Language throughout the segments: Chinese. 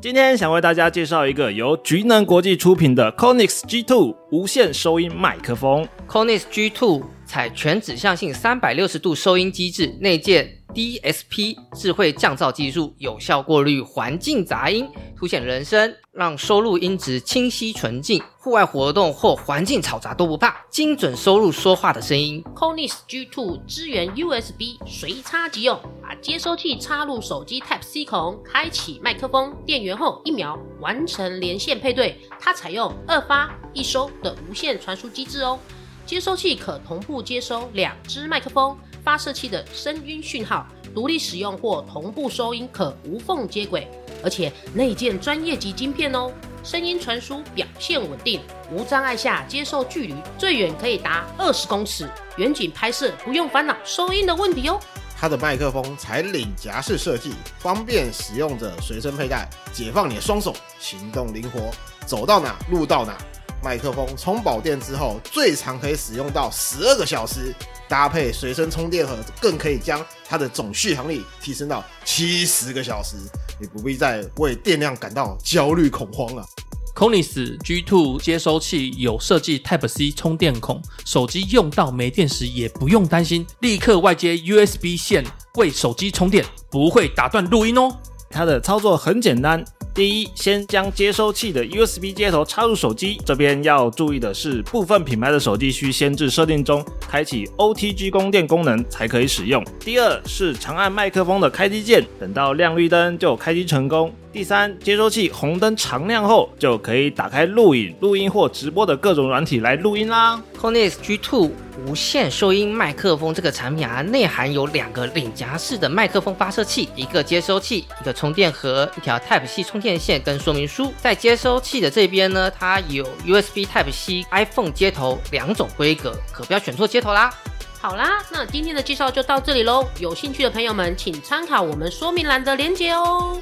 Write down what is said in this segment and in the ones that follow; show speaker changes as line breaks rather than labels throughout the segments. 今天想为大家介绍一个由菊能国际出品的 c o n i x G2 无线收音麦克风。
c o n i x G2 采全指向性三百六十度收音机制，内建 DSP 智慧降噪技术，有效过滤环境杂音，凸显人声，让收录音质清晰纯净。户外活动或环境嘈杂都不怕，精准收录说话的声音。
Conis G2 支援 USB，随插即用。把接收器插入手机 Type C 孔，开启麦克风电源后一秒完成连线配对。它采用二发一收的无线传输机制哦。接收器可同步接收两只麦克风发射器的声音讯号，独立使用或同步收音可无缝接轨，而且内建专业级晶片哦。声音传输表现稳定，无障碍下接受距离最远可以达二十公尺，远景拍摄不用烦恼收音的问题哦。
它的麦克风采领夹式设计，方便使用者随身佩戴，解放你的双手，行动灵活，走到哪录到哪。麦克风充饱电之后，最长可以使用到十二个小时，搭配随身充电盒，更可以将它的总续航力提升到七十个小时。你不必再为电量感到焦虑恐慌了、
Conis G2 接收器有设计 Type C 充电孔，手机用到没电时也不用担心，立刻外接 USB 线为手机充电，不会打断录音哦。
它的操作很简单。第一，先将接收器的 USB 接头插入手机。这边要注意的是，部分品牌的手机需先至设定中开启 OTG 供电功能才可以使用。第二是长按麦克风的开机键，等到亮绿灯就开机成功。第三，接收器红灯常亮后，就可以打开录影、录音或直播的各种软体来录音啦。
c o n i x G2 无线收音麦克风这个产品啊，内含有两个领夹式的麦克风发射器，一个接收器，一个充电盒，一条 Type C 充电线跟说明书。在接收器的这边呢，它有 USB Type C、iPhone 接头两种规格，可不要选错接头啦。
好啦，那今天的介绍就到这里喽。有兴趣的朋友们，请参考我们说明栏的连结哦。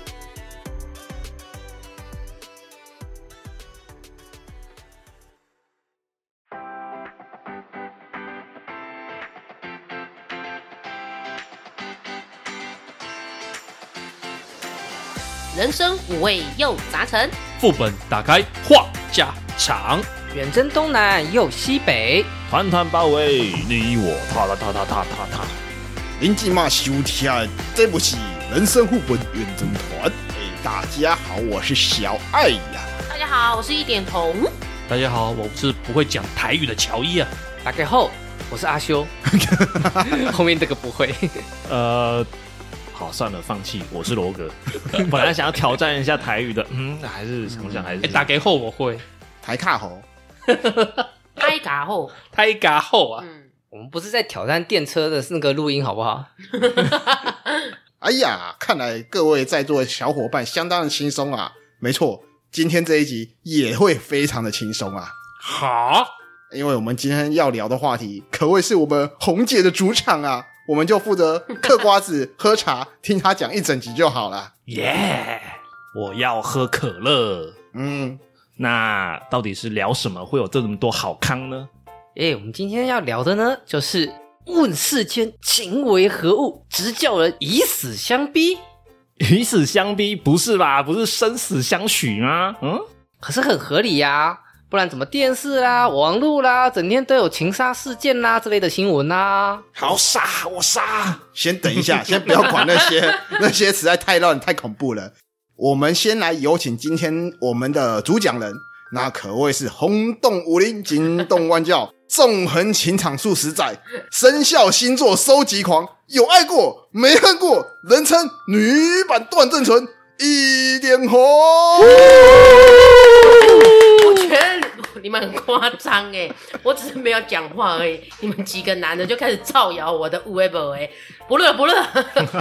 人生五味又杂陈，
副本打开话家常，
远征东南又西北，
团团包围你我他他他他他他他。
您今嘛收听的这部是人生副本远征团。哎，大家好，我是小爱呀。
大家好，我是一点红。
大家好，我是不会讲台语的乔伊啊。
打开后，我是阿修，后面这个不会。
呃，好，算了，放弃。我是罗格， 本来想要挑战一下台语的，嗯，还是想想还是、
哎、打给后我会，
台卡猴，
开嘎后，
太嘎后啊，
嗯，
我们不是在挑战电车的那个录音好不好？
哎呀，看来各位在座的小伙伴相当的轻松啊。没错，今天这一集也会非常的轻松啊，
好，
因为我们今天要聊的话题可谓是我们红姐的主场啊，我们就负责嗑瓜子、喝茶，听她讲一整集就好了。
耶我要喝可乐。
嗯，
那到底是聊什么会有这么多好康呢？
哎、我们今天要聊的呢，就是问世间情为何物，直叫人以死相逼。
以死相逼，不是吧？不是生死相许吗？嗯，
可是很合理呀、不然怎么电视啦、网络啦，整天都有情杀事件啦之类的新闻啦？
好杀，我杀。
先等一下，先不要管那些那些实在太乱太恐怖了。我们先来有请今天我们的主讲人，那可谓是轰动武林、惊动万教、纵横情场数十载，生肖星座收集狂，有爱过没恨过，人称女版段正淳，一点红。
我觉得你们很夸张哎，我只是没有讲话而已，你们几个男的就开始造谣我的乌龟宝哎，不乐 不乐，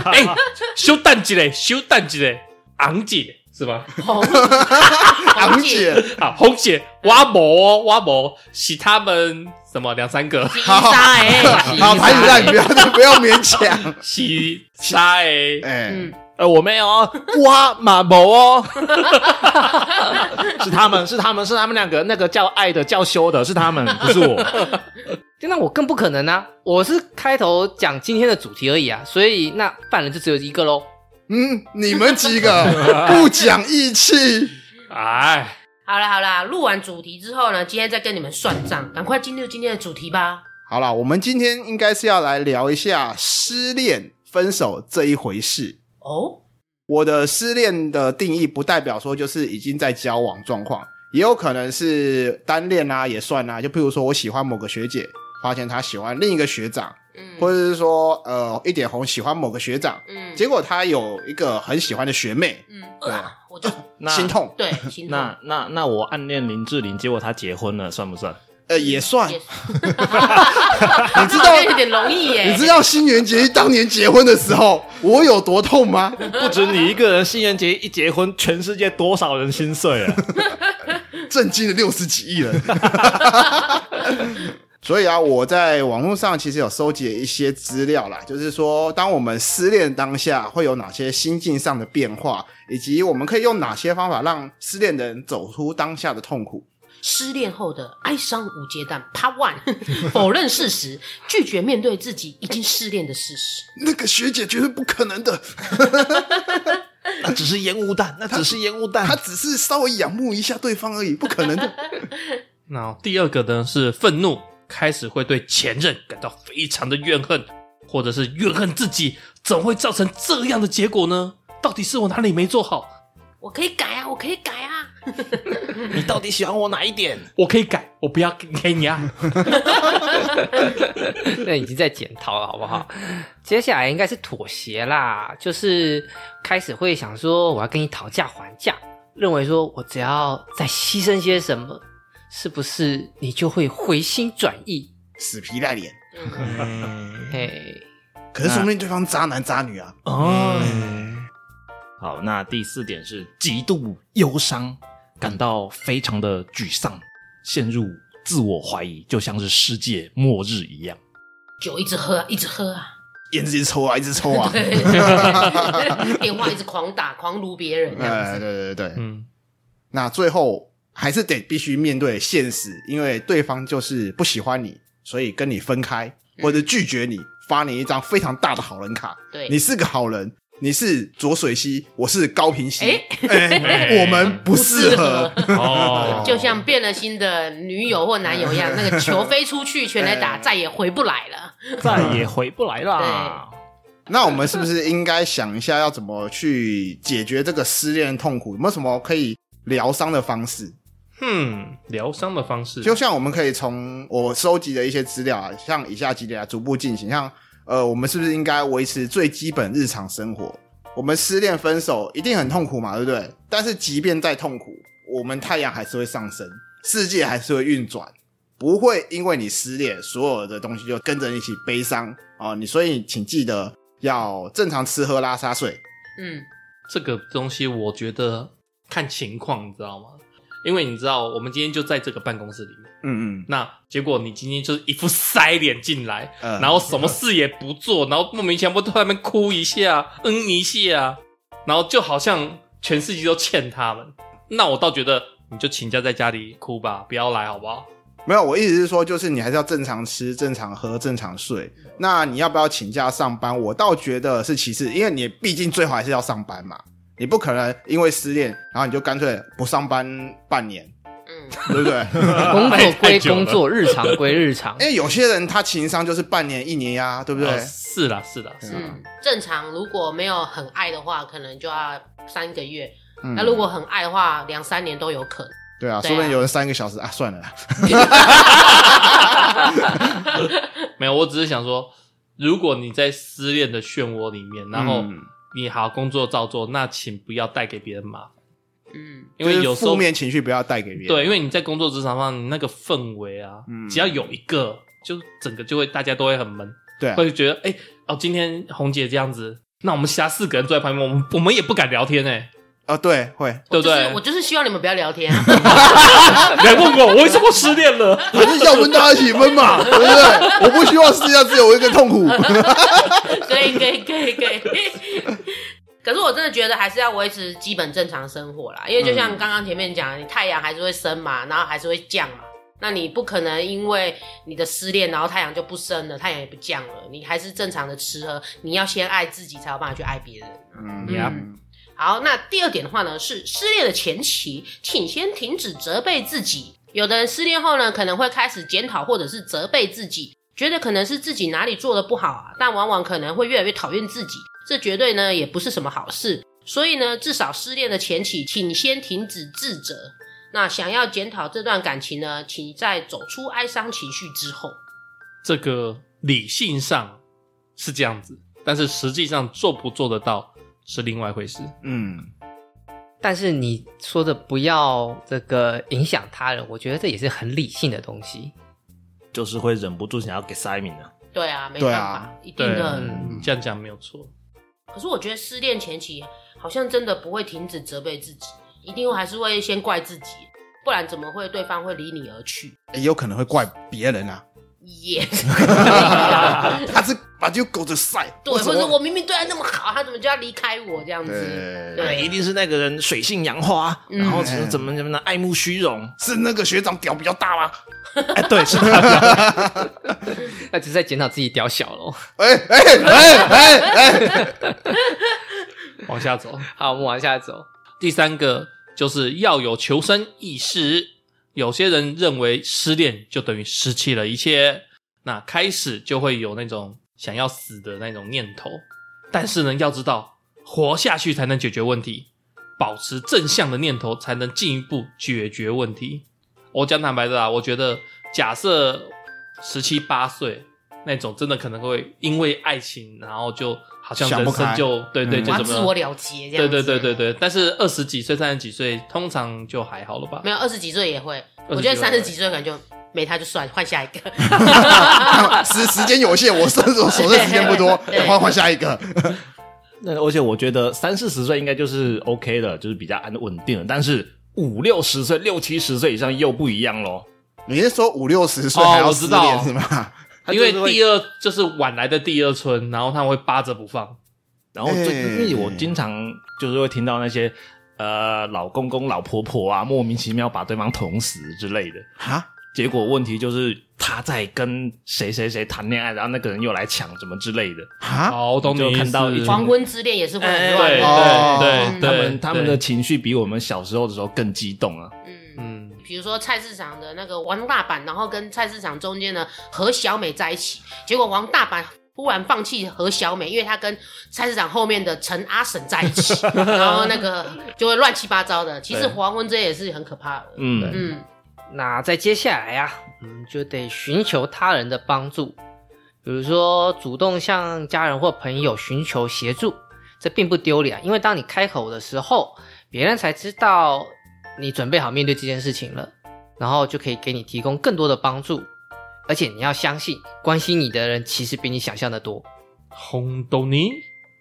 哎、修蛋鸡嘞，修蛋鸡嘞，昂姐是吧？
红
昂
红姐
姐，
啊，红姐挖魔哦挖魔，洗他们什么两三个，
击杀哎，
好，排子蛋，不要 不要勉强。
洗杀哎、
哎，
嗯，
呃，我没有哦，哇马某哦， 是他们，是他们，是他们两个，那个叫爱的，叫修的，是他们，不是 我。
那我更不可能啊！我是开头讲今天的主题而已啊，所以那犯人就只有一个喽。
嗯，你们几个不讲义气，
哎，
好啦好啦，录完主题之后呢，今天再跟你们算账，赶快进入今天的主题吧。
好啦，我们今天应该是要来聊一下失恋、分手这一回事。
哦，
我的失恋的定义不代表说就是已经在交往状况，也有可能是单恋啊，也算啊。就譬如说我喜欢某个学姐，发现她喜欢另一个学长，
嗯，
或者是说呃一点红喜欢某个学长，
嗯，
结果她有一个很喜欢的学妹，
嗯，
对
啊我就
那
心痛，
对，心痛
那那那我暗恋林志玲，结果她结婚了，算不算？
呃也算。
也
你知
好
道
像有点容易耶，
你知道新垣结衣当年结婚的时候我有多痛吗？
不止你一个人，新垣结衣一结婚，全世界多少人心碎啊！
震惊了六十几亿人。 所以啊，我在网络上其实有收集一些资料啦，就是说，当我们失恋当下会有哪些心境上的变化，以及我们可以用哪些方法让失恋的人走出当下的痛苦。
失恋后的哀伤无阶段 Part One，否认事实，拒绝面对自己已经失恋的事实。
那个学姐绝对不可能的，
那只是烟雾弹，那只是烟雾弹
她只是稍微仰慕一下对方而已，不可能的。
那第二个呢是愤怒，开始会对前任感到非常的怨恨，或者是怨恨自己怎么会造成这样的结果呢？到底是我哪里没做好？
我可以改啊，我可以改啊。
你到底喜欢我哪一点？
我可以改，我不要给你爱。
那已经在检讨了，好不好？接下来应该是妥协啦，就是开始会想说我要跟你讨价还价，认为说我只要再牺牲些什么，是不是你就会回心转意？
死皮赖脸，
嗯嘿，
可是说不定对方渣男渣女啊，
哦，
好，那第四点是极度忧伤，感到非常的沮丧，陷入自我怀疑，就像是世界末日一样。
酒一直喝啊，一直喝啊，
烟一直抽啊，一直 抽啊。
电话一直狂打，狂撸别人这样
哎，对
子。
对对对，
嗯，
那最后还是得必须面对现实，因为对方就是不喜欢你，所以跟你分开或者拒绝你，发你一张非常大的好人卡。
对，
你是个好人，你是浊水溪，我是高平溪，
哎
哎我们不适合。
哦
就像变了心的女友或男友一 样，那个球飞出去，全垒打，
哎
再也回不来了。
再也回不来啦。
那我们是不是应该想一下要怎么去解决这个失恋痛苦？有没有什么可以疗伤的方式？
嗯，疗伤的方式
就像我们可以从我收集的一些资料啊，像以下几点啊，逐步进行。像呃，我们是不是应该维持最基本日常生活？我们失恋分手一定很痛苦嘛，对不对？但是即便再痛苦，我们太阳还是会上升，世界还是会运转，不会因为你失恋，所有的东西就跟着你一起悲伤啊、你所以请记得要正常吃喝拉撒睡。
嗯，
这个东西，我觉得看情况，你知道吗？因为你知道，我们今天就在这个办公室里面，
嗯嗯，
那结果你今天就是一副塞脸进来，
呃
然后什么事也不做，然后莫名其妙突然边哭一下，嗯一下，然后就好像全世界都欠他们。那我倒觉得你就请假在家里哭吧，不要来好不好？
没有，我意思是说，就是你还是要正常吃、正常喝、正常睡。那你要不要请假上班？我倒觉得是其次，因为你毕竟最后还是要上班嘛。你不可能因为失恋，然后你就干脆不上班半年，
嗯，
对不 对？
工作
太
归
久了
工作，日常归日常
因。为有些人他情商就是半年、一年呀、对不对？
呃是啦，是啦，是啦
嗯，正常如果没有很爱的话，可能就要三个月；
嗯
那如果很爱的话，两三年都有可能。
对啊，
对啊
说不定有人三个小时啊，算了啦。
没有，我只是想说，如果你在失恋的漩涡里面，然后
嗯
你好工作照做，那请不要带给别人麻烦，
嗯，
因为
就是
有时候
负面情绪不要带给别人。
对，因为你在工作职场上，你那个氛围啊，
嗯
只要有一个，就整个就会大家都会很闷，
对啊、
会觉得哎、哦，今天红姐这样子，那我们其他四个人坐在旁边，我们我们也不敢聊天哎、
啊对，会。
对不
就是
对
我？就是希望你们不要聊天啊。
来问我，我为什么失恋了？
反正要分大家一起分嘛，对不对？我不希望世界上只有我一个痛 苦。
可以，可以，可以，可以。可是我真的觉得还是要维持基本正常生活啦，因为就像刚刚前面讲，你太阳还是会升嘛，然后还是会降嘛，那你不可能因为你的失恋，然后太阳就不升了，太阳也不降了，你还是正常的吃喝。你要先爱自己，才有办法去爱别人。
嗯
Yep
好，那第二点的话呢，是失恋的前期，请先停止责备自己。有的人失恋后呢，可能会开始检讨或者是责备自己，觉得可能是自己哪里做的不好啊，但往往可能会越来越讨厌自己，这绝对呢也不是什么好事。所以呢，至少失恋的前期，请先停止自责。那想要检讨这段感情呢，请在走出哀伤情绪之后。
这个理性上是这样子，但是实际上做不做得到是另外一回事。
嗯，
但是你说的不要这个影响他人，我觉得这也是很理性的东西。
就是会忍不住想要给塞米的。
对啊，没办法，
对啊
一定
对，
的。
嗯这样讲没有错。
可是我觉得失恋前期好像真的不会停止责备自己，一定还是会先怪自己，不然怎么会对方会离你而去？
也有可能会怪别人啊，
也、是啊
他是把就狗着晒，
对，
为什
或
么
者我明明对他那么好，他怎么就要离开我这样子？
对，
对，一定是那个人水性杨花，
嗯
然后怎么怎么怎么的爱慕虚荣。
是那个学长屌比较大 吗？
哎，对，是他的。
那只是在检讨自己屌小咯。
哎哎哎哎哎，
往下走，
好，我们往下走。
第三个就是要有求生意识。有些人认为失恋就等于失去了一切，那开始就会有那种想要死的那种念头。但是呢，要知道活下去才能解决问题，保持正向的念头才能进一步解决问题。我讲坦白的啦，啊我觉得假设十七八岁那种，真的可能会因为爱情，然后就好像
想
人
不开
生就对对，
嗯
就
我要
怎么
自我了结这样
对
子？啊
对对对对，但是二十几岁、三十几岁，通常就还好了吧
没？有二十几岁也会，
20
我觉得
几岁
三十几岁可能就没他就算换下一个。
哎时时间有限，我手手手上时间 不多，
对
换换下一个。
那而且我觉得三四十岁应该就是 OK 的，就是比较安稳定了。但是五六十岁、六七十岁以上又不一样喽。
你是说五六十岁
哦
还要
我知
失
道
恋是吗？
他
因
就是
为
会
第二就是晚来的第二春，然后他们会扒着不放。
然后最、
哎
因为我经常就是会听到那些呃老公公、老婆婆啊，莫名其妙把对方捅死之类的。
啊，
结果问题就是他在跟谁谁谁谈恋爱，然后那个人又来抢什么之类的。
啊，
好，我懂你
就
意思
看到一群
黄昏之恋也是会
对
很乱
哎对
的，
哦
对对，
他们他们的
对
情绪比我们小时候的时候更激动啊！
嗯。
嗯，
比如说菜市场的那个王大阪，然后跟菜市场中间呢和小美在一起，结果王大阪忽然放弃和小美，因为他跟菜市场后面的陈阿婶在一起，然后那个就会乱七八糟的。其实
对
黄昏这也是很可怕的。
嗯，
嗯，
那在接下来啊，我们就得寻求他人的帮助，比如说主动向家人或朋友寻求协助，这并不丢脸啊，因为当你开口的时候，别人才知道你准备好面对这件事情了，然后就可以给你提供更多的帮助，而且你要相信，关心你的人其实比你想象的多。
红豆泥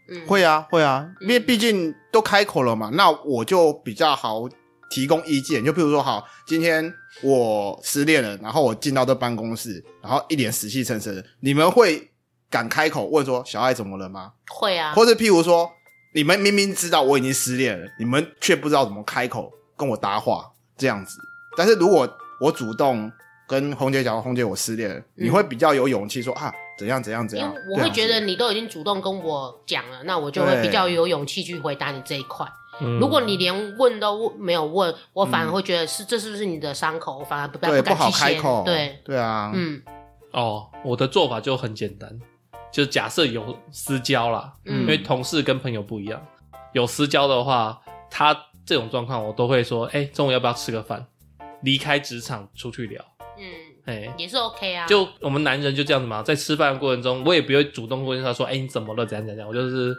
嗯
会啊会啊，
嗯
因为毕竟都开口了嘛，那我就比较好提供意见。就比如说，好，今天我失恋了，然后我进到这办公室，然后一脸死气沉沉的，你们会敢开口问说小爱怎么了吗？
会啊，
或者譬如说，你们明明知道我已经失恋了，你们却不知道怎么开口跟我搭话这样子。但是如果我主动跟红姐讲，红姐我失恋了，你会比较有勇气说啊怎样怎样怎
嗯因为
样。
我
这
会
样
觉
子
得你都已经主动跟我讲了，那我就会
对
比较有勇气去回答你这一块。
嗯
如果你连问都没有问，我反而
嗯
会觉得是这是不是你的伤口，我反而不敢
对不好
去
开
掀
口，
对，
对啊，
嗯
哦，我的做法就很简单，就假设有私交啦，
嗯
因为同事跟朋友不一样，有私交的话，他这种状况我都会说，哎，中午要不要吃个饭？离开职场出去聊，
嗯。
哎，
也是 OK 啊。
就我们男人就这样子嘛，在吃饭的过程中，我也不会主动问他说：“哎、你怎么了？怎样怎样？”我就是，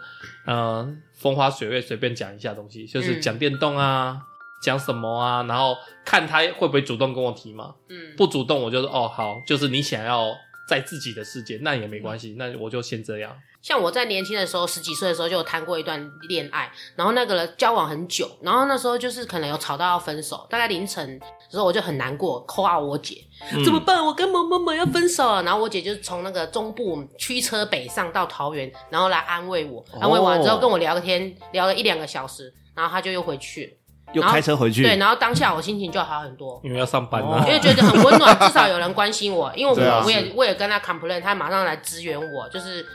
呃，风花雪月随便讲一下东西，就是
嗯
讲电动啊，讲、什么啊，然后看他会不会主动跟我提嘛。
嗯，
不主动，我就是哦好，就是你想要在自己的世界，那也没关系，那我就先这样。
像我在年轻的时候，十几岁的时候就有谈过一段恋爱，然后那个人交往很久，然后那时候就是可能有吵到要分手，大概凌晨的时候我就很难过，call out 我姐，
嗯
怎么办？我跟某某某要分手了。然后我姐就从那个中部驱车北上到桃园，然
哦
后来安慰我，安慰完之后跟我聊个天，聊了一两个小时，然后她就又回去了。
又开车回去，
对，然后当下我心情就好很多，
因为要上班啊
哦
了
因。为觉得很温暖，至少有人关心我。因为
对啊
我我也我也跟他 complain，他马上来支援我，就是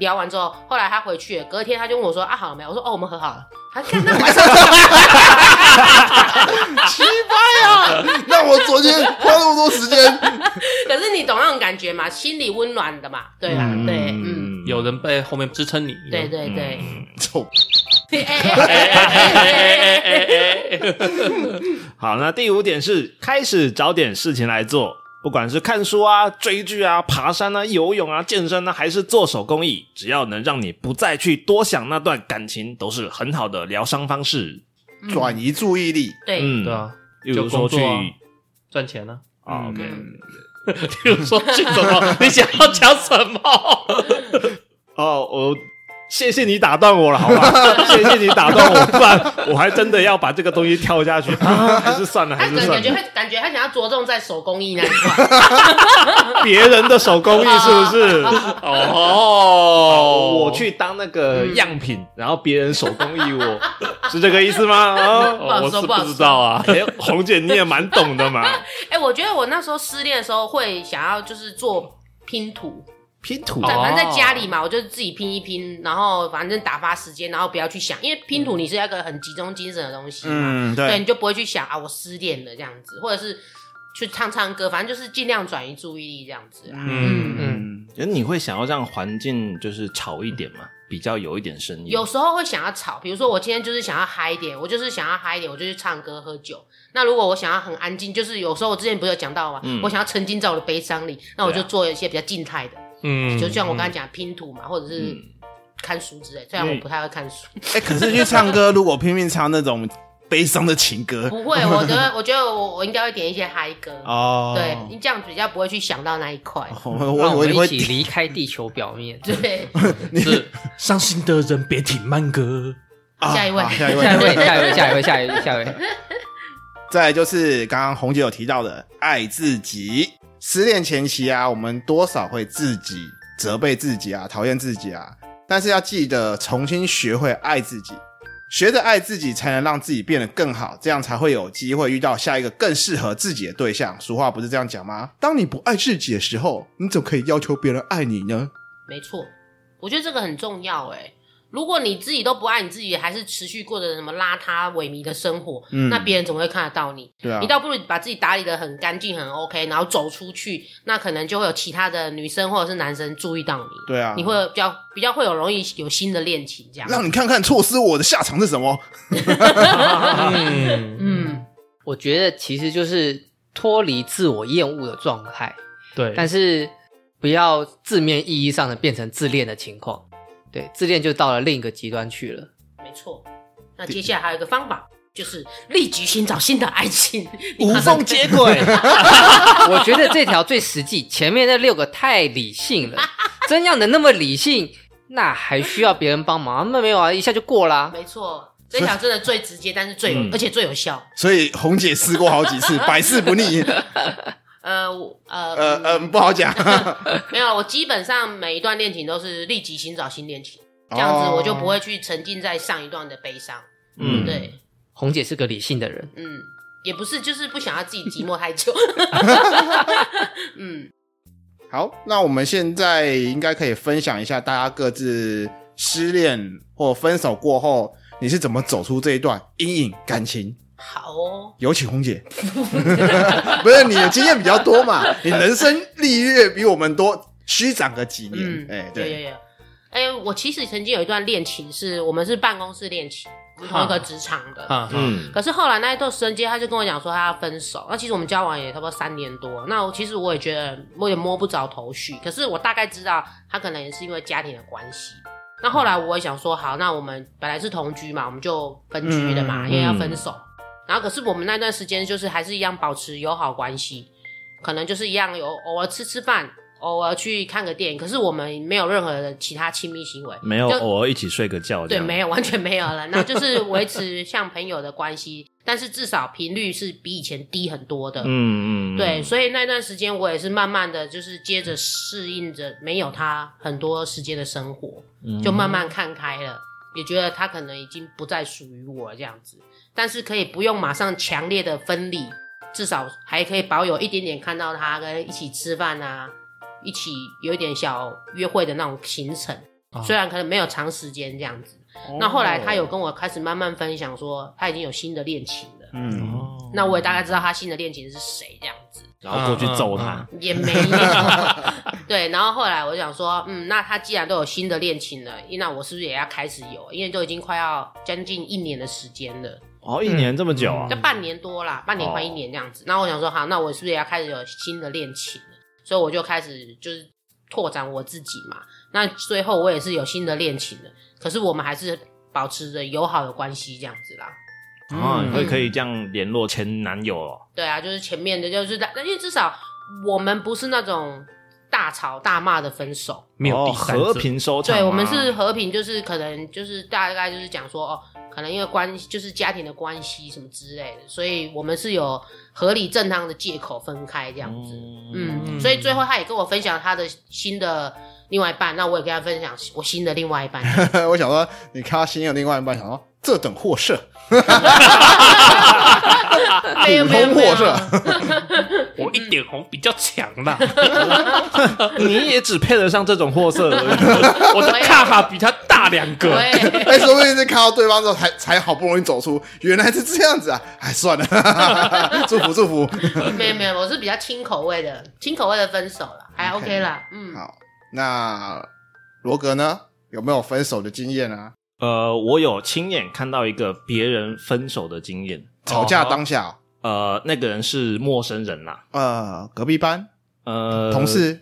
聊完之后，后来他回去了，隔天他就问我说啊好了没有？我说哦我们和好了。他看那我还是
奇葩呀！那我昨天花那么多时间，
可是你懂那种感觉嘛，心里温暖的嘛，对啊，对，嗯，
有人被后面支撑你，
对
嗯
对对，
臭
哎哎哎哎 哎哎哎，
好，那第五点是开始找点事情来做，不管是看书啊、追剧啊、爬山啊、游泳啊、健身啊，还是做手工艺，只要能让你不再去多想那段感情，都是很好的疗伤方式。
转移注意力，
对，
嗯，
对，啊，
例如说去
就工作啊赚钱呢？
啊，OK，
嗯
比如说去什么？你想要讲什么？
哦，我。谢谢你打断我了，好吧？谢谢你打断我，不然我还真的要把这个东西跳下去。啊、还是算了，
他
还是
可能
算
感觉
了。
他感觉他想要着重在手工艺那一块，
别人的手 工艺是不是？
哦，
我去当那个样品，然后别人手工艺我， 是这个意思吗？
哦，
哦，
好
我
说
是
不好
不知道啊。
哎，红姐你也蛮懂 的嘛。
哎，我觉得我那时候失恋的时候会想要就是做拼图，
拼图
在
哦
反正在家里嘛，我就自己拼一拼，然后反正打发时间，然后不要去想，因为拼图你是要一个很集中精神的东西嘛，
嗯，
对，，你就不会去想啊我失恋了这样子，或者是去唱唱歌，反正就是尽量转移注意力这样子啊。
嗯嗯，
嗯，那你会想要让环境就是吵一点嘛，比较有一点声音。
有时候会想要吵，比如说我今天就是想要嗨一点，我就是想要嗨一点，我就去唱歌喝酒。那如果我想要很安静，就是有时候我之前不是有讲到嘛，
嗯
我想要沉浸在我的悲伤里，那我就
对啊
做一些比较静态的，
嗯
就像我刚才讲拼图嘛，或者是
嗯
看书之类。虽然我不太会看书，
哎，可是去唱歌，如果拼命唱那种悲伤的情 歌，
不会，我觉得我觉得我我应该会点一些嗨歌，
哦，
对，你这样比较不会去想到那一块。
我
让
我
我
我
们
以为
一
你
起离开地球表 面。
对，
是伤心的人别听慢歌。
啊
下一位
好下一位
下一位，下一位，下一位，下一位，下一位。
再来就是刚刚红姐有提到的爱自己。失恋前期啊，我们多少会自己责备自己啊，讨厌自己啊，但是要记得重新学会爱自己，学着爱自己，才能让自己变得更好，这样才会有机会遇到下一个更适合自己的对象。俗话不是这样讲吗？当你不爱自己的时候，你怎么可以要求别人爱你呢？
没错，我觉得这个很重要哎、如果你自己都不爱你自己，还是持续过着什么邋遢萎靡的生活，
嗯
那别人怎么会看得到你？
对啊
你，倒不如把自己打理的很干净、很 OK，然后走出去，那可能就会有其他的女生或者是男生注意到你，
对啊
你会有比较比较会有容易有新的恋情这样。
让你看看错失我的下场是什么。
嗯，
嗯，
我觉得其实就是脱离自我厌恶的状态，
对，
但是不要字面意义上的变成自恋的情况。对，自恋就到了另一个极端去 了。
没错。那接下来还有一个方法，就是立即寻找新的爱 情，
无缝接轨，
我觉得这条最实际，前面那六个太理性 了。真要能那么理性，那还需要别人帮忙？那没有啊，一下就过啦。
没错，这条真的最直接，但是最有、
嗯
而且最有效。
所以红姐试过好几 次，百试不腻。
呃我呃
呃
嗯
呃，不好讲。
没有，我基本上每一段恋情都是立即寻找新恋情，这
哦
样子我就不会去沉浸在上一段的悲伤。
嗯，
对，
红姐是个理性的人，
嗯，也不是，就是不想要自己寂寞太 久。嗯，
好，那我们现在应该可以分享一下大家各自失恋或分手过后，你是怎么走出这一段阴影感情？
好哦。
有请 红姐，不是你的经验比较多嘛，你人生历练比我们多，虚长个几年。
嗯，
哎、
有
对，
有有。哎、我其实曾经有一段恋情是，我们是办公室恋情，我们同一个职场的。
啊，
嗯
可是后来那一段时间，他就跟我讲说他要分手。那其实我们交往也差不多三年多，那我其实我也觉得我也摸不着头绪。可是我大概知道他可能也是因为家庭的关系。那后来我也想说，好，那我们本来是同居嘛，我们就分居的嘛，
嗯
因为要
嗯
分手。然后可是我们那段时间就是还是一样保持友好关系，可能就是一样有偶尔吃吃饭，偶尔去看个电影，可是我们没有任何的其他亲密行为，
没有
就
偶尔一起睡个觉，
对，没有，完全没有了。那就是维持像朋友的关系， 但是至少频率是比以前低很多的。
嗯嗯，
对，，所以那段时间我也是慢慢的就是接着
嗯
适应着没有他很多时间的生活，就慢慢看开了。也觉得它可能已经不再属于我这样子，但是可以不用马上强烈的分离，至少还可以保有一点点看到它跟一起吃饭啊，一起有一点小约会的那种行程，
啊
虽然可能没有长时间这样子。那后来他有跟我开始慢慢分享说，他已经有新的恋情了。
嗯，
哦
那我也大概知道他新的恋情是谁这样子，
然后过去揍他，
也没有。 对，然后后来我就想说，嗯，那他既然都有新的恋情了，那我是不是也要开始有？因为都已经快要将近一年的时间了，
哦，一年这么久啊
就，半年多啦，半年快一年这样子。那我想说，好，那我是不是也要开始有新的恋情了？所以我就开始就是拓展我自己嘛。那最后我也是有新的恋情了，可是我们还是保持着友好的关系这样子啦。
啊，
嗯
会可以这样联络前男友哦，
对啊，就是前面的，就是因为至少我们不是那种大吵大骂的分手，
没有
哦
第三者
和，平收场啊，
对我们是和平，就是可能就是大概就是讲说哦，可能因为关就是家庭的关系什么之类的，所以我们是有合理正当的借口分开这样子。
哦
嗯，
嗯
所以最后他也跟我分享他的新的另外一半，那我也跟他分享我新的另外一半。
我想说，你看到新有另外一半，想说这等货色，
没有没有
普通
没有
货色，
我一点红比较强 啦，
你也只配得上这种货色 而已。
我 的卡卡比他大两个，
对，
哎、说不定是看到对方之后才才好不容易走出，原来是这样子啊！哎，算了， 祝福祝福。
没有没有，我是比较轻口味的，轻口味的分手了，还
OK
OK 啦，嗯。
好，那罗格呢？有没有分手的经验啊？
呃，我有亲眼看到一个别人分手的经验，
吵架当下，
呃，那个人是陌生人啦，
呃，隔壁班、
呃，
同事、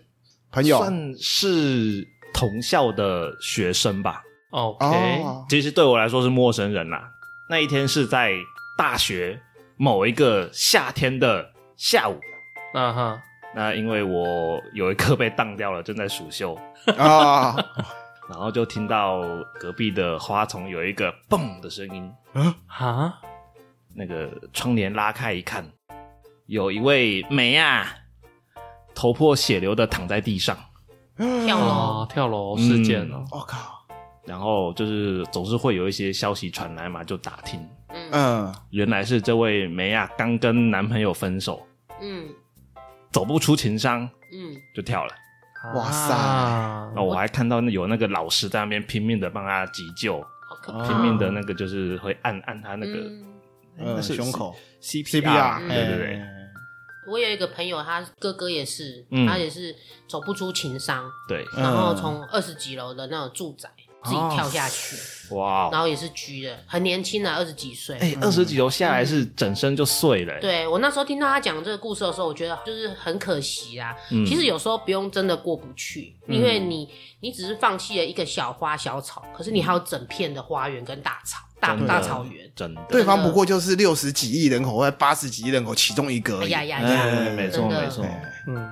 朋友
算是同校的学生吧。
，OK，
哦，
其实对我来说是陌生人啦。那一天是在大学某一个夏天的下午，
啊哈，
那因为我有一课被当掉了，正在暑修，
啊，
然后就听到隔壁的花丛有一个嘣的声音，
哈，
那个窗帘拉开一看，有一位梅啊，头破血流的躺在地上，
跳楼
哦，跳楼事件哦，
我、靠，
然后就是总是会有一些消息传来嘛，就打听，
嗯
嗯，
原来是这位梅啊刚跟男朋友分手，
嗯
走不出情伤
嗯，
就跳了。
嗯
哇塞
啊
然后我还看到那有那个老师在那边拼命的帮他急救，
好可
哦
怕，
拼命的那个就是会按按他那个
嗯
那
呃，
是
胸口
CPR，
嗯
对对对
哎
我有一个朋友，他哥哥也是，
嗯
他也是走不出情伤，
对，
嗯
然后从二十几楼的那种住宅
哦
自己跳下去，
哇
然
哦，
后也是狙的，很年轻啊，二十几岁。
哎，二十几楼下来是整身就碎了，，
对我那时候听到他讲这个故事的时候，我觉得就是很可惜啦。
嗯
其实有时候不用真的过不去，因为你你只是放弃了一个小花小草，可是你还有整片的花园跟大草大
真的
大草原。
真的，
对方不过就是六十几亿人口或八十几亿人口其中一个而
哎
已。
呀呀
哎，
呀！
没错
真的
没错，
哎
嗯，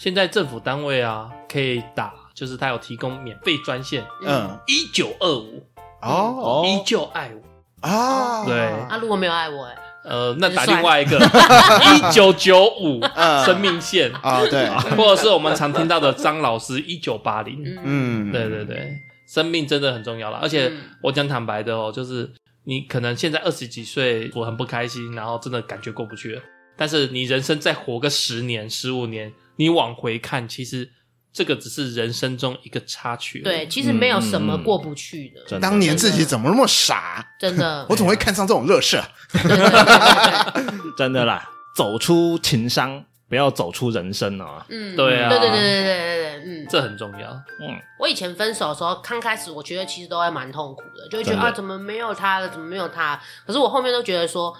现在政府单位啊，可以打，就是他有提供免费专线
嗯，
一九二五，
哦
依旧爱我。
啊，
对
啊，如果没有爱我、哎，
呃，那打
算
另外一 个一九九五
嗯
生命线，
啊， 对，
或者是我们常听到的张老师一九八零。
嗯
嗯，
对对对，生命真的很重要了。而且
嗯
我讲坦白的哦，就是你可能现在二十几岁，我很不开心，然后真的感觉过不去了。但是你人生再活个十年、十五年，你往回看，其实这个只是人生中一个插曲。
对，，其实没有什么过不去的，
嗯真的
当年自己怎么那么傻？
真的。
我怎么会看上这种乐事？
对对对对对
真的啦，走出情伤，不要走出人生啊，
嗯，
对啊
对对对对对对对，嗯。
这很重要。
嗯，
我以前分手的时候，刚开始我觉得其实都还蛮痛苦的，就会觉得
真的
啊，怎么没有他了，怎么没有他？可是我后面都觉得说，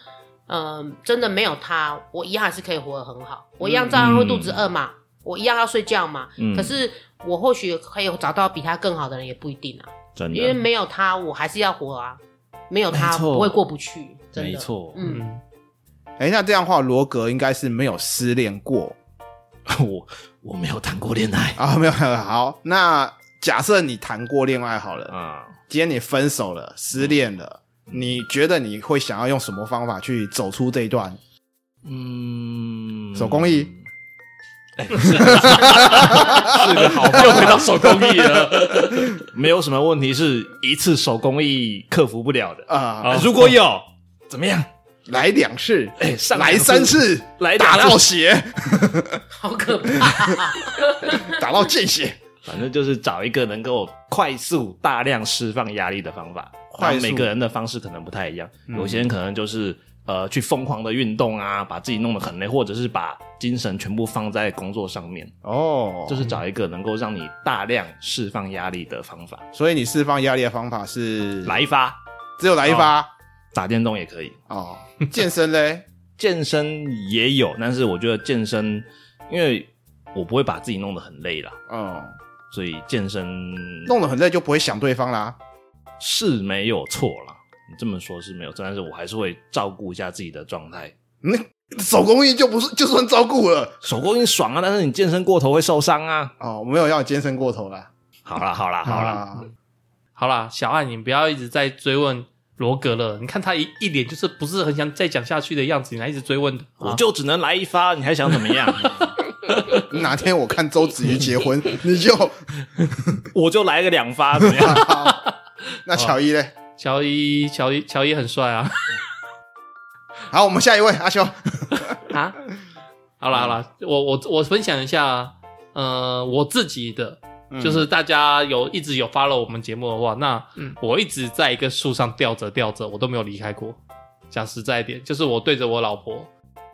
嗯、真的没有他，我一样还是可以活得很好，我一样照样会肚子饿嘛，我一样要睡觉嘛。
嗯
可是我或许可以找到比他更好的人，也不一定啊，
真
因
的，
为没有他，我还是要活啊，没有
嗯没
他
错
不会过不去，真的
没，错，
嗯，
嗯，
哎，那这样的话，罗格应该是没有失恋过
我我没有谈过恋爱
啊， 没有。好，那假设你谈过恋爱好了，
啊，
今天你分手了，失恋了，
嗯
你觉得你会想要用什么方法去走出这一段？
嗯，哎
手工艺
是个好，又回到手工艺了。
没有什么问题是一次手工艺克服不了的。
啊，
如果有，怎么样？
来两次，
哎，上
来三，次，
来两
打
次
到血，
好可
嗯
怕！
打到见血。
反正就是找一个能够快速大量释放压力的方法。
快速嗯
然后每个人的方式可能不太一样，有些人可能就是呃去疯狂的运动啊，把自己弄得很累，或者是把精神全部放在工作上面，
哦，
就是找一个能够让你大量释放压力的方法。
所以你释放压力的方法是
来一发，
只有来一发
打电动也可以，
哦。健身嘞，
健身也有，但是我觉得健身，因为我不会把自己弄得很累啦，
哦，
所以健身
弄得很累就不会想对方啦。
是没有错啦。你这么说是没有错，但是我还是会照顾一下自己的状态。
嗯，手工艺就不是就算照顾了
手工艺爽啊，但是你健身过头会受伤啊。
哦，没有要健身过头啦。
好啦好啦好啦，
啊，
好啦，小爱，你不要一直在追问罗格了。你看他一一脸就是不是很想再讲下去的样子，你还一直追问
我
啊
就只能来一发，你还想怎么样？
哪天我看周子瑜结 婚，你就
我就来个两发，怎么样？
那乔伊嘞。
乔伊，乔伊，乔伊很帅啊！
好，我们下一位阿修。
啊，
好
嗯
啦好啦，我我我分享一下，呃，我自己的，
嗯
就是大家有一直有 follow 我们节目的话，那
嗯
我一直在一个树上吊着吊着，我都没有离开过。讲实在一点，就是我对着我老婆，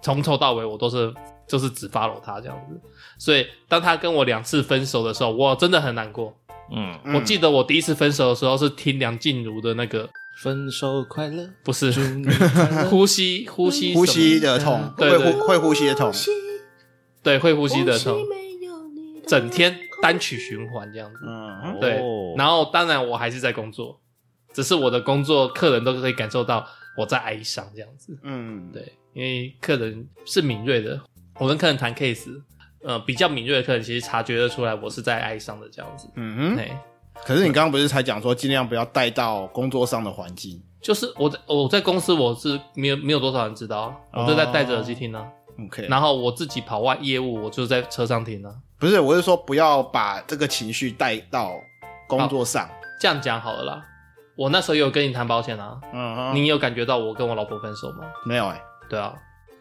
从头到尾我都是就是只 follow 她这样子，所以当她跟我两次分手的时候，我真的很难过。
嗯，
嗯
我记得我第一次分手的时候是听梁静茹的那个，
分手快乐，
不是
祝你快乐
呼吸呼吸
呼
什
吸
么
的痛，
对
会
对
呼会呼吸的痛，
对会呼吸的
呼
痛
吸，没有你的
整天单曲循环这样子。
嗯，
对
哦，
然后当然我还是在工作，只是我的工作客人都可以感受到我在哀伤这样子。
嗯，
对，因为客人是敏锐的，我跟客人谈 case，呃，比较敏锐的客人其实察觉得出来我是在哀伤的这样子。
嗯哼。
对，
可是你刚刚不是才讲说，尽量不要带到工作上的环境，
就是我在我在公司我是没有没有多少人知道啊，我就在戴着耳机听呢、啊。
OK，
然后我自己跑外业务，我就在车上听啊。
不是，我是说不要把这个情绪带到工作上。
这样讲好了啦，我那时候也有跟你谈保险啊，
嗯哼，
你有感觉到我跟我老婆分手吗？
没有哎、
对啊，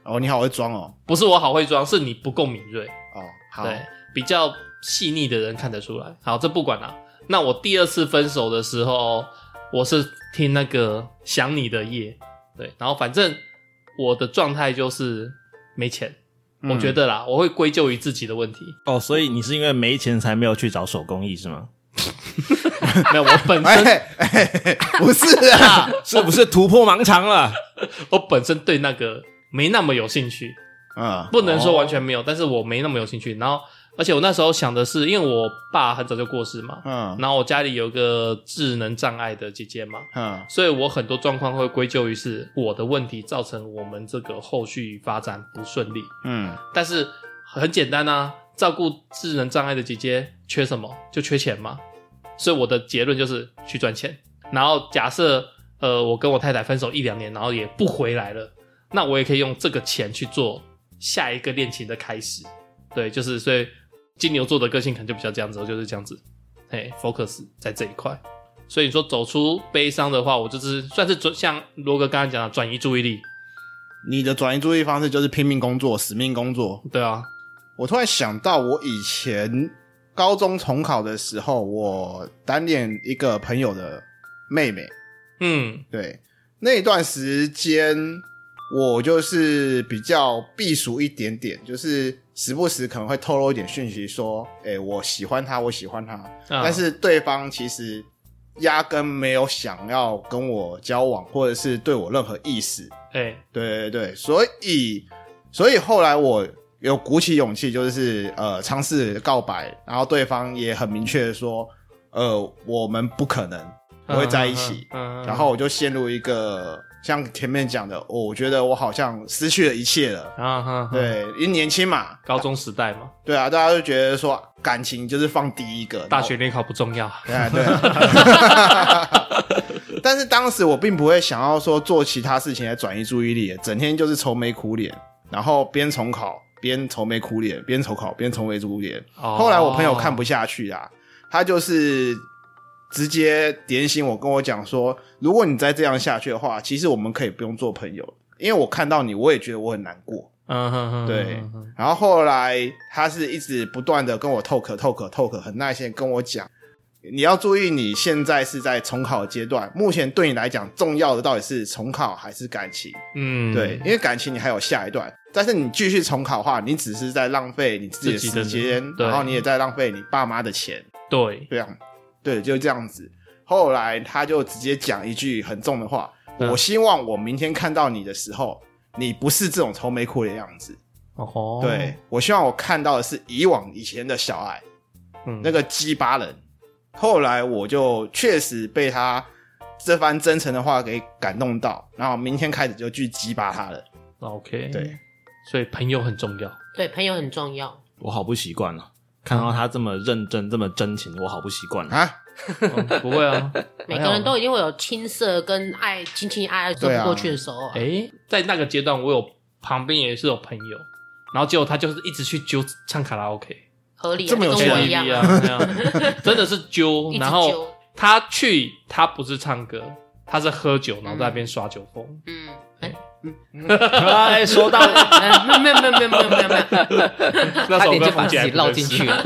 哦，你好会装哦，
不是我好会装，是你不够敏锐。
哦，好，
对，比较细腻的人看得出来。好，这不管了。那我第二次分手的时候，我是听那个《想你的夜》，对，然后反正我的状态就是没钱，
嗯
我觉得啦，我会归咎于自己的问题。
哦，所以你是因为没钱才没有去找手工艺是吗？
没有，我本
哎、
身
哎哎不是 啊，
是不是突破盲肠了？
我本身对那个没那么有兴趣，
嗯，
不能说完全没有，但是我没那么有兴趣。然后，而且我那时候想的是，因为我爸很早就过世嘛，
嗯
然后我家里有个智能障碍的姐姐嘛，
嗯
所以我很多状况会归咎于是我的问题造成我们这个后续发展不顺利。
嗯，
但是很简单啊，照顾智能障碍的姐姐缺什么就缺钱嘛，所以我的结论就是去赚钱。然后假设呃我跟我太太分手一两年，然后也不回来了，那我也可以用这个钱去做下一个恋情的开始。对，就是所以金牛座的个性可能就比较这样子，我就是这样子，嘿，focus 在这一块。所以你说走出悲伤的话，我就是算是转像罗哥刚才讲的转移注意力，
你的转移注意方式就是拼命工作、死命工作。
对啊，
我突然想到，我以前高中重考的时候，我单恋一个朋友的妹妹，
嗯
对，那段时间我就是比较避暑一点点，就是时不时可能会透露一点讯息，说，哎、我喜欢他，我喜欢他，
啊
但是对方其实压根没有想要跟我交往，或者是对我任何意思。
哎、
对对对，所以所以后来我有鼓起勇气，就是呃尝试告白，然后对方也很明确的说，呃，我们不可能不会在一起。
嗯，嗯嗯嗯
然后我就陷入一个像前面讲的，哦我觉得我好像失去了一切了。
啊哈，嗯，
对，因为年轻嘛，
高中时代嘛，
对啊，大家就觉得说感情就是放第一个。
大学联考不重要，
然哎后，对啊，对。但是当时我并不会想要说做其他事情来转移注意力，整天就是愁眉苦脸，然后边重考边愁眉苦脸，边愁考，边愁眉苦脸。
哦
后来我朋友看不下去啦，他就是直接点醒我，跟我讲说，如果你再这样下去的话，其实我们可以不用做朋友，因为我看到你，我也觉得我很难过。
嗯哼哼，
对
哼哼
然后后来他是一直不断的跟我 talk talk talk，很耐心地跟我讲，你要注意你现在是在重考阶段，目前对你来讲重要的到底是重考还是感情？
嗯，
对，因为感情你还有下一段，但是你继续重考的话，你只是在浪费你自己的
自己的
时间，
嗯对
然后你也在浪费你爸妈的钱，
对，
这样，对，就这样子。后来他就直接讲一句很重的话：“
嗯
我希望我明天看到你的时候，你不是这种愁眉苦脸的样子。”
哦吼，
对，我希望我看到的是以往以前的小爱
嗯，
那个鸡巴人。后来我就确实被他这番真诚的话给感动到，然后明天开始就去鸡巴他了。
嗯 OK，
对，
所以朋友很重 要。
对，朋友很重要。
我好不习惯了。看到他这么认真、这么真情，我好不习惯啊。
啊，
嗯不会啊，
每个人都一定会有青涩跟爱亲亲爱爱说
对
不
啊
过去的时候、啊。
哎，在那个阶段，我有旁边也是有朋友，然后结果他就是一直去揪唱卡拉 OK，
合理、啊，
这么有
跟
钱
我一
KTV
样、
啊，那样 真的是揪
一，直
然
揪
后他去，他不是唱歌，他是喝酒，然后在那边耍酒疯。
嗯，哎
哎，说到
哎没有没有没有没有没有没有没有
那
差
首
点
歌
就把
放
自
进来
己绕进去 了。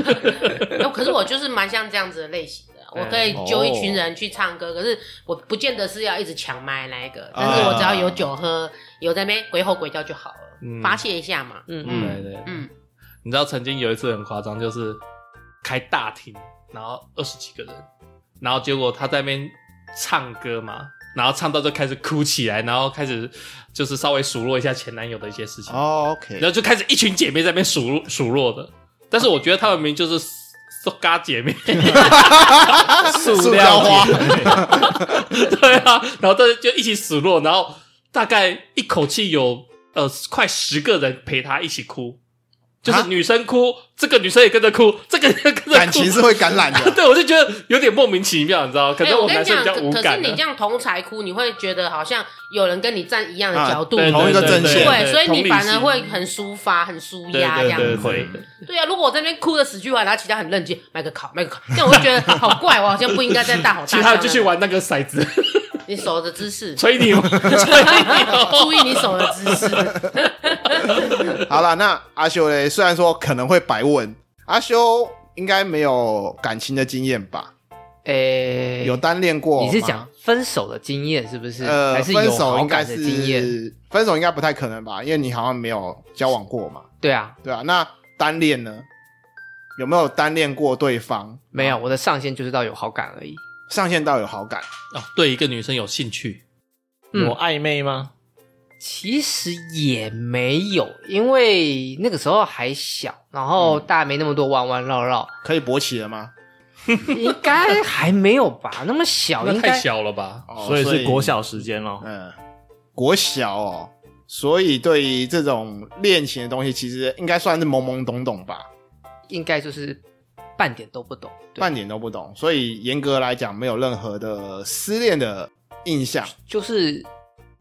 哎，可是我就是蛮像这样子的类型的，我可以揪一群人去唱歌，可是我不见得是要一直抢麦那一个，但是我只要有酒喝，有在那边鬼吼鬼叫就好了，
嗯
发泄一下嘛。
嗯
对
嗯，
对对，
嗯，
你知道曾经有一次很夸张，就是开大厅，然后二十几个人，然后结果他在那边唱歌嘛，然后唱到就开始哭起来，然后开始就是稍微数落一下前男友的一些事 情，
哦
然
，OK，
后就开始一群姐妹在那边数落数落的。但是我觉得她们明明就是塑嘎姐 妹，
塑料花，
对啊，然后大家就一起数落，然后大概一口气有呃快十个人陪她一起哭。就是
啊
女生哭，这个女生也跟着哭，这个也跟着哭，
感情是会感染的。
对，我就觉得有点莫名其妙，你知道？可
哎，
能
我
我
跟
男
你
生
讲，
比较无
可可是
感啊
你
的
这。样同才哭，你会觉得好像有人跟你站一样的
啊
角度，
对
同一个阵线
对，
对
所以
同
你
理
反而
心
会很抒发、很舒
对
压这
对
样
对
子。
对，对
对啊，如果我在那边哭的死去活来，然后其他很冷静，麦克考麦克考，这样我就觉得好怪，哦我好像不应该再大吼大
其
叫。
他人就去，玩那个骰子，
你手的姿势，
吹牛，吹 牛。
注意你手的姿势。
好了，那阿修嘞，虽然说可能会白问，阿修应该没有感情的经验吧？
诶，
有单恋过吗？
你是讲分手的经验是不是？
呃，
还是
分
有
手
好
应该
感的经验？
是分手应该不太可能吧？因为你好像没有交往过嘛。
对啊，
对啊，那单恋呢？有没有单恋过对方？
没有，我的上限就是到有好感而已。
上线到有好感，
哦，对一个女生有兴趣，
嗯
我暧昧吗？
其实也没有，因为那个时候还小，然
嗯
后大家没那么多弯弯绕 绕，
可以勃起了吗？
应该还没有吧？那么小，
那
应
太
该
小了吧？
哦
所以是国，小时间咯。
嗯，国小哦，所以对于这种恋情的东西，其实应该算是懵懵懂懂吧，
应该就是半点都不懂。对
半点都不懂，所以严格来讲，没有任何的失恋的印象。
就是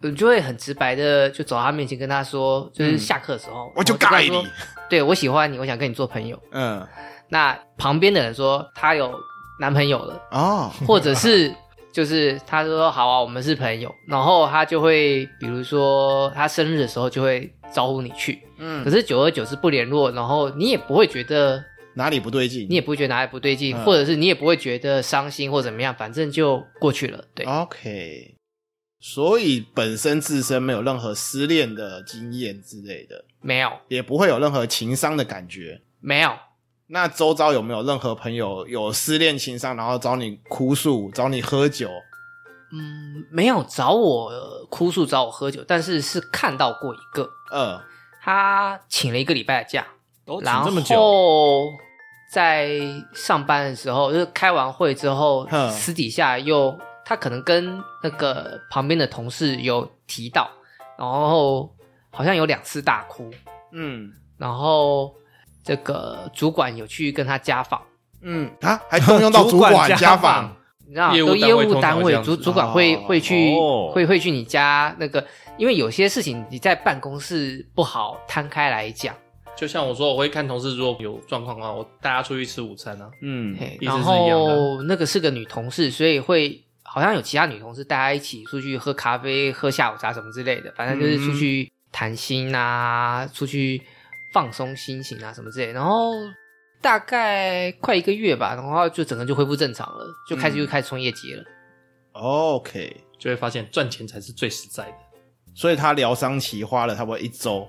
我就会很直白的就走到他面前跟他说，就是
嗯
下课的时候，
我就
跟他
尬
说
你，
对我喜哦欢你，我想跟你做朋友。
嗯，
那旁边的人说她有男朋友了，
哦，
或者是就是她说好啊，我们是朋友，然后她就会比如说她生日的时候就会招呼你去，可
嗯，
是久而久之不联络，然后你也不会觉得
哪里不对劲？
你也不会觉得哪里不对劲，
嗯
或者是你也不会觉得伤心或怎么样，反正就过去了。
哦
对，
OK，所以本身自身没有任何失恋的经验之类的，
没有
也不会有任何情伤的感觉。
没有，
那周遭有没有任何朋友有失恋情伤，然后找你哭诉、找你喝酒？
嗯，没有找我呃哭诉找我喝酒，但是是看到过一个，
呃，
他请了一个礼拜的假，
都请
然
这么久，
后在上班的时候，就是开完会之后
哼，
私底下又他可能跟那个旁边的同事有提到，然后好像有两次大哭，
嗯
然后这个主管有去跟他家访，
嗯啊，还动 用到主
管
管家
访
访，，
你知道，
业务
都
单
业
位
务
通常
单
会这
位
样
主
子
主管会
哦
会去
哦
会会去你家那个，因为有些事情你在办公室不好摊开来讲，
就像我说，我会看同事如果有状况的话，我带他出去吃午餐啊。
嗯，
嘿
意思
然
是一样的
后那个是个女同事，所以会好像有其他女同事带她一起出去喝咖啡、喝下午茶什么之类的，反正就是出去谈心啊，出去放松心情啊什么之类的然后大概快一个月吧，然后就整个就恢复正常了，就开
嗯
始又开始冲业绩了。
OK，
就会发现赚钱才是最实在的。
所以他疗伤期花了差不多一周。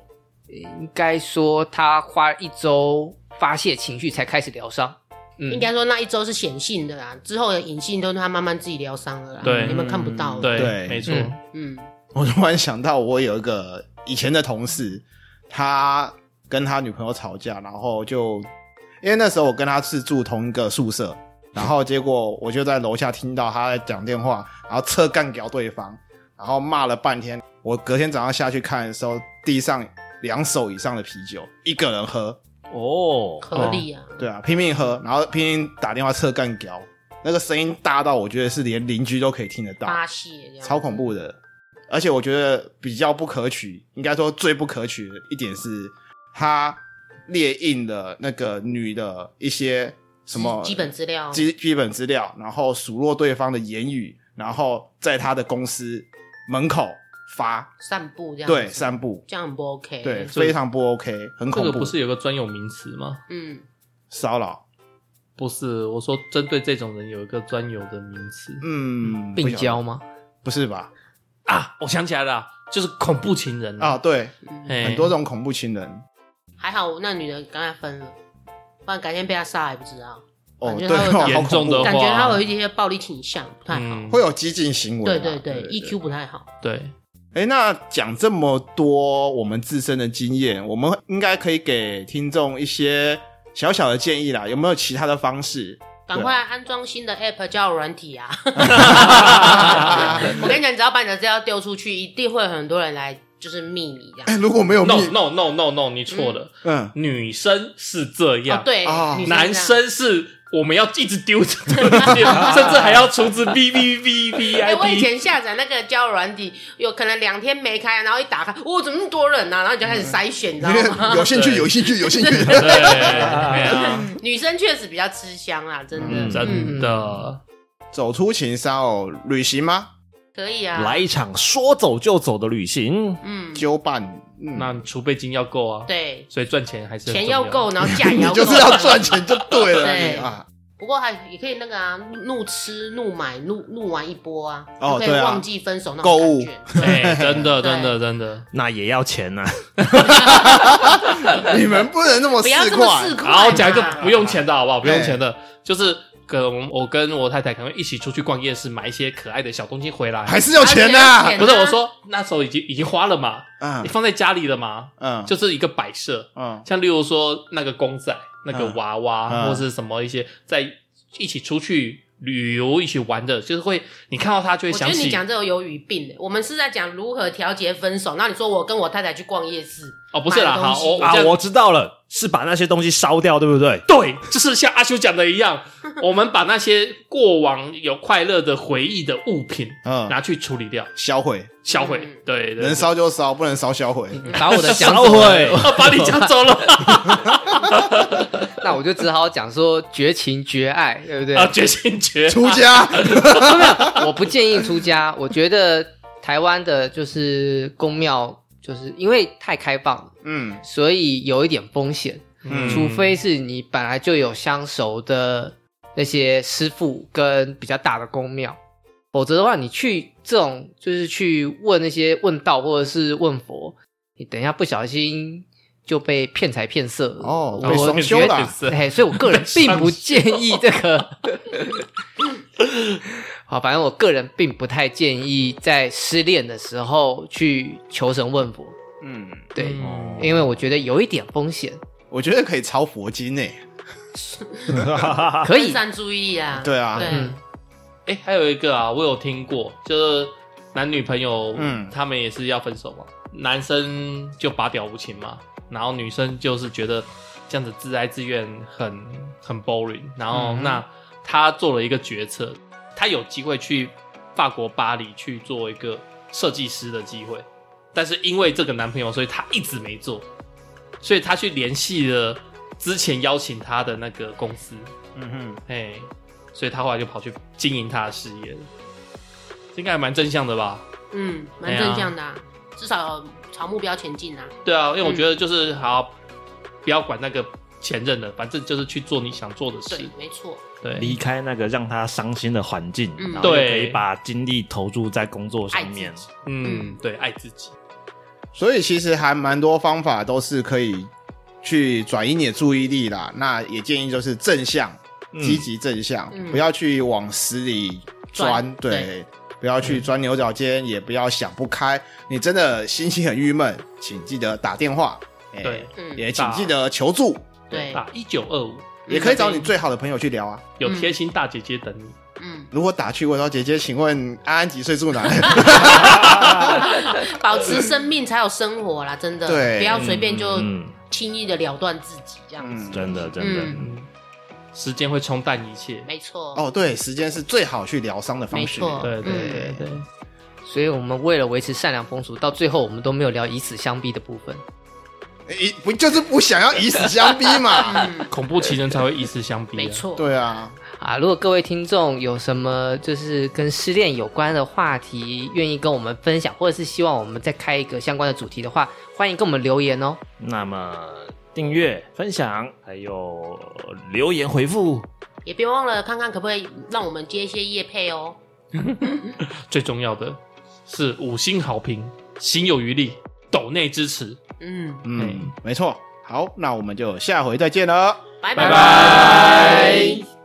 应该说她花一周发泄情绪才开始疗伤。嗯
应该说那一周是显性的啦，之后的隐性都是他慢慢自己疗伤了啦，
对
你们看不到。，
对，
对
没错，
嗯
嗯，
我突然想到，我有一个以前的同事，他跟他女朋友吵架，然后就因为那时候我跟他是住同一个宿舍，然后结果我就在楼下听到他在讲电话，然后侧干掉对方，然后骂了半天。我隔天早上下去看的时候，地上两手以上的啤酒，一个人喝，
哦，
合理啊。
对啊，拼命喝，然后拼命打电话侧干掉，那个声音大到我觉得是连邻居都可以听得到。
发泄这样，
超恐怖的。而且我觉得比较不可取，应该说最不可取的一点是，他列印了那个女的一些什么
基基本资料，
基基本资料，然后数落对方的言语，然后在他的公司门口发，
散步这样，
对，散步，
这样很不 OK。
对，
所以
非常不 OK，很
这
恐
个
怖
不，是有个专有名词吗？
嗯，
骚扰，
不是，我说针对这种人有一个专有的名词、
嗯，不
病
晓得
娇 吗？
不是吧？
啊，我想起来了啊，就是恐怖情
嗯
人
啊，，对，
嘿嗯
很多种恐怖情人，
还好那女的刚才分了，不然改天被他杀还不知道。
哦，
感觉
对，
他有
哦好
严重
恐
的
怖
话
感觉她有一些暴力倾向，不太好。
嗯，
会有激进行为
对
啊，
对，E 对，EQ 不太好。
对，
哎，那讲这么多我们自身的经验，我们应该可以给听众一些小小的建议啦。有没有其他的方式？
赶快安装新的 App 叫软体 啊！我跟你讲，你只要把你的资料丢出去，一定会有很多人来就是密你这
哎，
样。
如果没有
no
密，
no no no no，你错了，
嗯，
女生是这样，
哦，对
啊，
女
嗯
是
男
这样。
生是我们要一直丢着丢着 丢，甚至还要处置 B B B B
哎、
I
我以
P。
前下载那个交友软体，有可能两天没开，然后一打开，哇、怎么那么多人呢、啊？然后你就开始
嗯
筛选，你知道吗？
有兴趣，有兴趣，有兴趣。
对，哎没有，
女生确实比较吃香啊，真的，
嗯
真的，
走出情商哦，旅行吗？
可以啊。
来，一场说走就走的旅行，
嗯，
纠伴，嗯，
那储备金要够啊，
对，
所以赚钱还是很
钱
重要
要。够， 然后价也
你
要够，
就是要赚钱就对了
对
你啊。
不过还也可以那个啊，怒吃、怒买、怒怒玩一波啊，就
哦
可
对啊
以忘记分手那
购
种
物
感 觉。对
哎，真的，
对
真的，真的。
那也要钱啊 呐、
你们不能那么
不要
市
这么
侩
四。块嘛。
好，讲一个不用钱的好不好？不用
对
钱的，就是可能我跟我太太可能一起出去逛夜市，买一些可爱的小东西回来。
还是要钱
还是要
呐
钱，啊
不是我说，那时候已经已经花了嘛，
嗯
你放在家里了嘛，
嗯，
就是一个摆设。
嗯
像例如说那个公仔、那个娃娃，
嗯嗯
或是什么一些在一起出去旅游、一起玩的，就是会你看到他就会
我觉
想
得你
起
讲这个有语病的，我们是在讲如何调节分手。那你说我跟我太太去逛夜市，
哦，不是啦，
买东
好，
西
我
啊
这！样
我知道了，是把那些东西烧掉，对不对？
对，就是像阿修讲的一样，我们把那些过往有快乐的回忆的物品
嗯，
拿去处理掉、
销毁，
销毁
嗯，
对，对对
能烧就烧，不能烧销毁。
把我的想
烧
走了
毁，
哦把你抢走了
那我就只好讲说绝情绝爱，对不对？
啊！决心绝
出家，
我不建议出家，我觉得台湾的就是宫庙，就是因为太开放了，
嗯
所以有一点风险，
嗯
除非是你本来就有相熟的那些师傅跟比较大的宫庙，否则的话，你去这种就是去问那些问道或者是问佛，你等一下不小心就被骗财骗色了
哦被
我
双修了
哎，所以我个人并不建议这个。好，反正我个人并不太建议在失恋的时候去求神问佛，
嗯，
对，
嗯
因为我觉得有一点风险，
我觉得可以抄佛经欸诶。
可
分
以
散注意力啊。
对啊
对，
嗯
哎、还有一个啊，我有听过，就是男女朋友，
嗯
嗯，他们也是要分手嘛，男生就拔表无情嘛，然后女生就是觉得这样子自哀自怨很很 boring，然后
嗯
那他做了一个决策，他有机会去法国巴黎去做一个设计师的机会，但是因为这个男朋友，所以他一直没做。所以他去联系了之前邀请他的那个公司，
嗯哼，
哎，所以他后来就跑去经营他的事业了，这应该还蛮正向的吧？
嗯，蛮
哎呀
正向的、啊，至少有朝目标前进啊。
对啊，因为我觉得就是、好，不要管那个前任了，反正就是去做你想做的
对
事，，
没错，
对
离开那个让他伤心的环境，
嗯
然后又
对
可以把精力投注在工作
爱
上
自己
面。。
嗯
嗯，
对，爱自己，
所以其实还蛮多方法都是可以去转移你的注意力啦。那也建议就是正向，
嗯
积极正向，
嗯
不要去往死里钻
钻，
对，
对
不要去钻牛角尖，也不要想不开。你真的心情很郁闷，请记得打电话，哎
对，
嗯，
也请记得求助，
对，
打一九二五，
也可以找你最好的朋友去聊啊。
有贴心大姐姐等你，
嗯，
如果打去问说姐姐，请问安安几岁住哪？
保持生命才有生活啦，真的，
嗯对
不要随便就
嗯，
轻易的了断自己这样子。
嗯
真的真的，
嗯
时间会冲淡一切，
没错，
哦，对，时间是最好去疗伤的方
没
式。
错，
对对
嗯
对对，
所以我们为了维持善良风俗，到最后我们都没有聊以死相逼的部分。
以不就是不想要以死相逼嘛？
嗯，
恐怖情人才会以死相逼、啊，
没，错，
对啊，
啊，如果各位听众有什么就是跟失恋有关的话题，愿意跟我们分享，或者是希望我们再开一个相关的主题的话，欢迎跟我们留言哦。
那么订阅、分享，还有留言回复，
也别忘了看看可不可以让我们接一些业配哦。
最重要的是五星好评，心有余力，抖内支持，
嗯，
嗯，没错。好，那我们就下回再见了。
拜拜
拜拜。